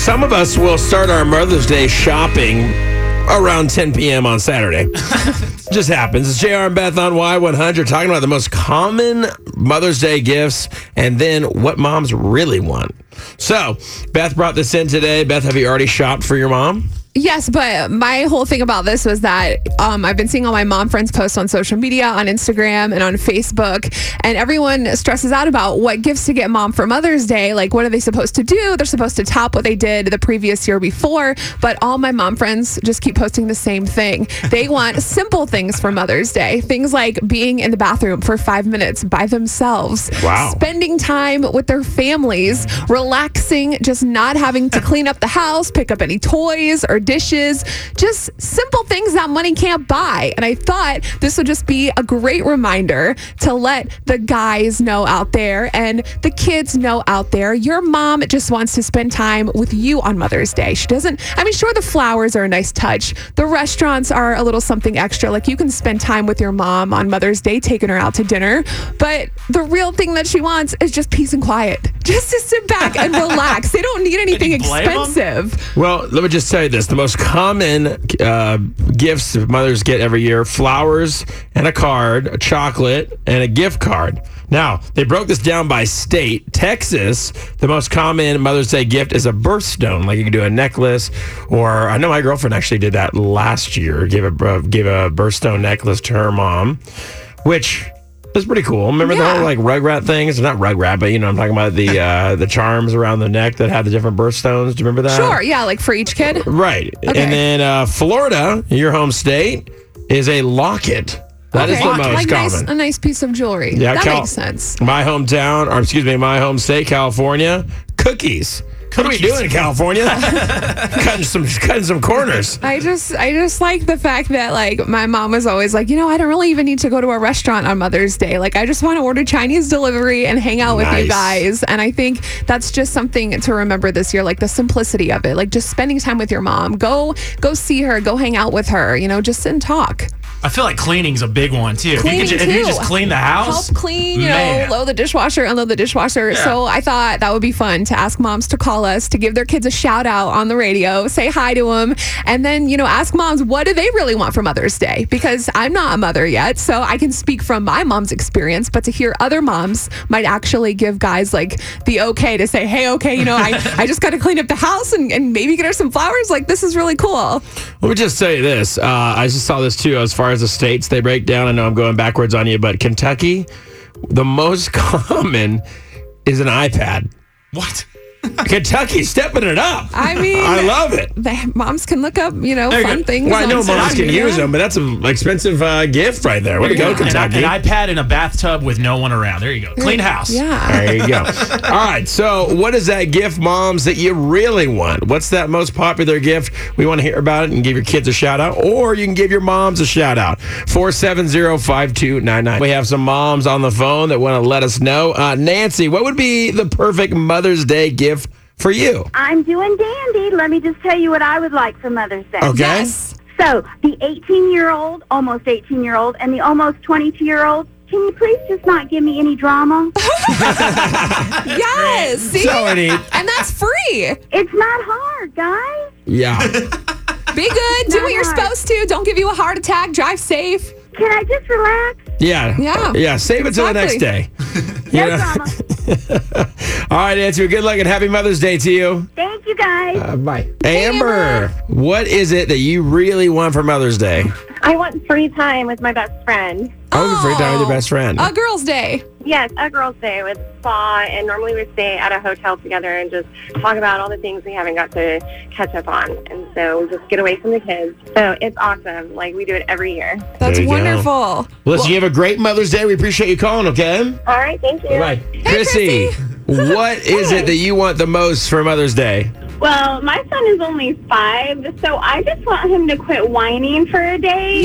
Some of us will start our Mother's Day shopping around 10 p.m. on Saturday. Just happens. It's JR and Beth on Y100 talking about the most common Mother's Day gifts and then what moms really want. So, Beth brought this in today. Beth, have you already shopped for your mom? Yes, but my whole thing about this was that um, I've been seeing all my mom friends post on social media, on Instagram, and on Facebook, and everyone stresses out about what gifts to get mom for Mother's Day. Like, what are they supposed to do? They're supposed to top what they did the previous year before, but all my mom friends just keep posting the same thing. They want simple things for Mother's Day, things like being in the bathroom for five minutes by themselves, Wow. spending time with their families, relaxing, just not having to clean up the house, pick up any toys or dishes, just simple things that money can't buy. And I thought this would just be a great reminder to let the guys know out there and the kids know out there. Your mom just wants to spend time with you on Mother's Day. She doesn't, I mean, sure, the flowers are a nice touch, the restaurants are a little something extra. Like you can spend time with your mom on Mother's Day, taking her out to dinner. But the real thing that she wants is just peace and quiet, just to sit back and relax. They don't need anything blame 'em? expensive. Well, let me just tell you this: the most common uh, gifts mothers get every year: flowers and a card, a chocolate, and a gift card. Now they broke this down by state. Texas, the most common Mother's Day gift is a birthstone, like you can do a necklace, or I know my girlfriend actually did that last year. Give a uh, give a birthstone necklace to her mom, which. is pretty cool. Remember the Yeah. whole like rugrat things? Not rugrat, but you know I'm talking about the uh, the charms around the neck that had the different birthstones. Do you remember that? Sure, yeah, like for each kid. Right. And then uh, Florida, your home state, is a locket. That is Okay. the most like common. Nice, a nice piece of jewelry. Yeah, that Cal- makes sense. My hometown, or excuse me, my home state, California, cookies. What are we Cookies. doing in California? cutting some cutting some corners. I just I just like the fact that like my mom was always like, you know, I don't really even need to go to a restaurant on Mother's Day. Like I just want to order Chinese delivery and hang out with Nice. you guys. And I think that's just something to remember this year, like the simplicity of it. Like just spending time with your mom. Go go see her, go hang out with her, you know, just sit and talk. I feel like cleaning's a big one too. If you Cleaning, could ju- If you too. just clean the Help house, clean, you man. know, load the dishwasher, unload the dishwasher. So I thought that would be fun to ask moms to call us to give their kids a shout out on the radio, say hi to them, and then, you know, ask moms what do they really want for Mother's Day? Because I'm not a mother yet, so I can speak from my mom's experience, but to hear other moms might actually give guys like the okay to say, hey, okay, you know, I, I just got to clean up the house and, and maybe get her some flowers. Like, this is really cool. Let me just say this. Uh, I just saw this too. As far as the states they break down, I know I'm going backwards on you, but Kentucky, the most common is an iPad. what? Kentucky's stepping it up. I mean, I love it. The moms can look up, you know, you fun go. things. Well, I on know social moms can media. use them, but that's an expensive uh, gift right there. Way to go, An- Kentucky. An iPad in a bathtub with no one around. There you go. Clean house. Yeah. There you go. All right. So, what is that gift, moms, that you really want? What's that most popular gift? We want to hear about it and give your kids a shout out, or you can give your moms a shout out. 470 5299. We have some moms on the phone that want to let us know. Uh, Nancy, what would be the perfect Mother's Day gift for you? I'm doing dandy. Let me just tell you what I would like for Mother's Day. Okay. Yes. So the 18-year-old, almost 18-year-old, and the almost 22-year-old, can you please just not give me any drama? Yes. See? So, any, and that's free. it's not hard, guys. yeah. Be good. Do what you're Nice. supposed to. Don't give you a heart attack. Drive safe. Can I just relax? Yeah. Yeah. Yeah. Save it till the next day. Exactly. You No know? drama. All right, Nancy. well, Good luck and happy Mother's Day to you. Thank you, guys. bye. Amber, what is it that you really want for Mother's Day? I want free time with my best friend. Oh, free time with your best friend. A girl's day. Yes, a girls' day with spa, and normally we stay at a hotel together and just talk about all the things we haven't got to catch up on, and so we just get away from the kids. So it's awesome. Like we do it every year. That's There you go. wonderful. Listen, you have a great Mother's Day. We appreciate you calling, okay? All right, thank you. Bye. Chrissy, what is it that you want the most for Mother's Day? Well, my son is only five, so I just want him to quit whining for a day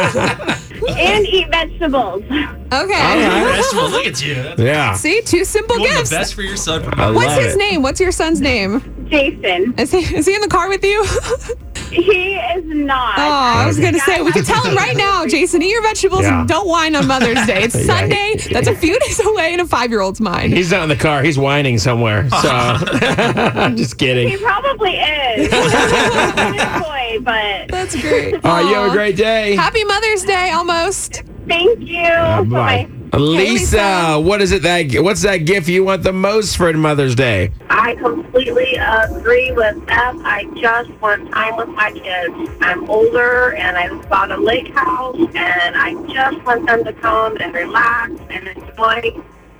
and eat vegetables. All Okay. right. Vegetables, look at you. That's Yeah. See, two simple you want gifts. the best for your son. I What's love his it. name? What's your son's name? Jason, Is he, is he in the car with you? He is not. Oh, I was Okay. going to say, we could tell him right now, Jason, eat your vegetables Yeah. and don't whine on Mother's Day. It's Yeah. Sunday. That's a few days away in a five year old's mind. He's not in the car. He's whining somewhere. So I'm just He kidding. probably is. Good boy, but That's great. All right, you have Aw. a great day. Happy Mother's Day almost. thank you. Bye. Bye. Lisa, what is it that what's that gift you want the most for Mother's Day? I completely agree with them. I just want time with my kids. I'm older and I bought a lake house and I just want them to come and relax and enjoy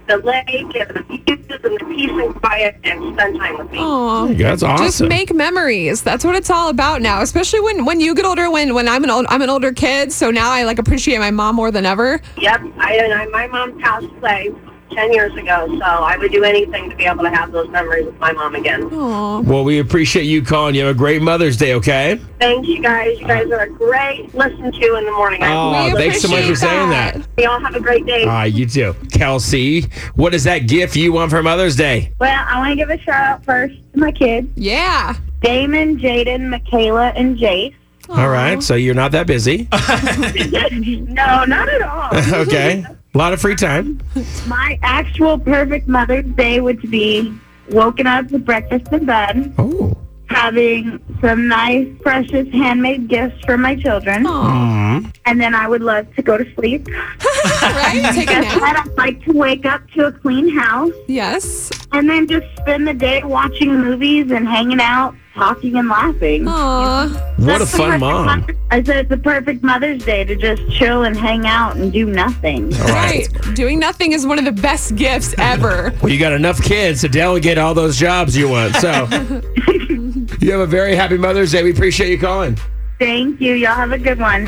the lake and the views and the peace and quiet and spend time with me. Aw. That's awesome. Just make memories. That's what it's all about now. Especially when, when you get older. When when I'm an old I'm an older kid, so now I like appreciate my mom more than ever. Yep, I and I, my mom passed away ten years ago, so I would do anything to be able to have those memories with my mom again. Aw. well, we appreciate you calling. You have a great Mother's Day, okay? Thanks, you guys. You guys are a great listen to in the morning. I Oh, love we thanks so much for appreciate saying that. it. Y'all have a great day. Ah, you too. Kelsey, what is that gift you want for Mother's Day? Well, I want to give a shout out first to my kids, Yeah. Damon, Jaden, Michaela, and Jace. All right, so you're not that busy. No, not at all. okay. A lot of free time. my actual perfect Mother's Day would be woken up with breakfast in bed, Oh. having some nice, precious handmade gifts for my children, Hmm. Aw. and then I would love to go to sleep. Right? Take a nap. After that, I'd like to wake up to a clean house, Yes. and then just spend the day watching movies and hanging out, talking and laughing. Aw. What a That's the fun perfect mom. Mother- I said it's the perfect Mother's Day to just chill and hang out and do nothing. All right. Right. Doing nothing is one of the best gifts ever. Well, you got enough kids to delegate all those jobs you want. So you have a very happy Mother's Day. We appreciate you calling. Thank you. Y'all have a good one.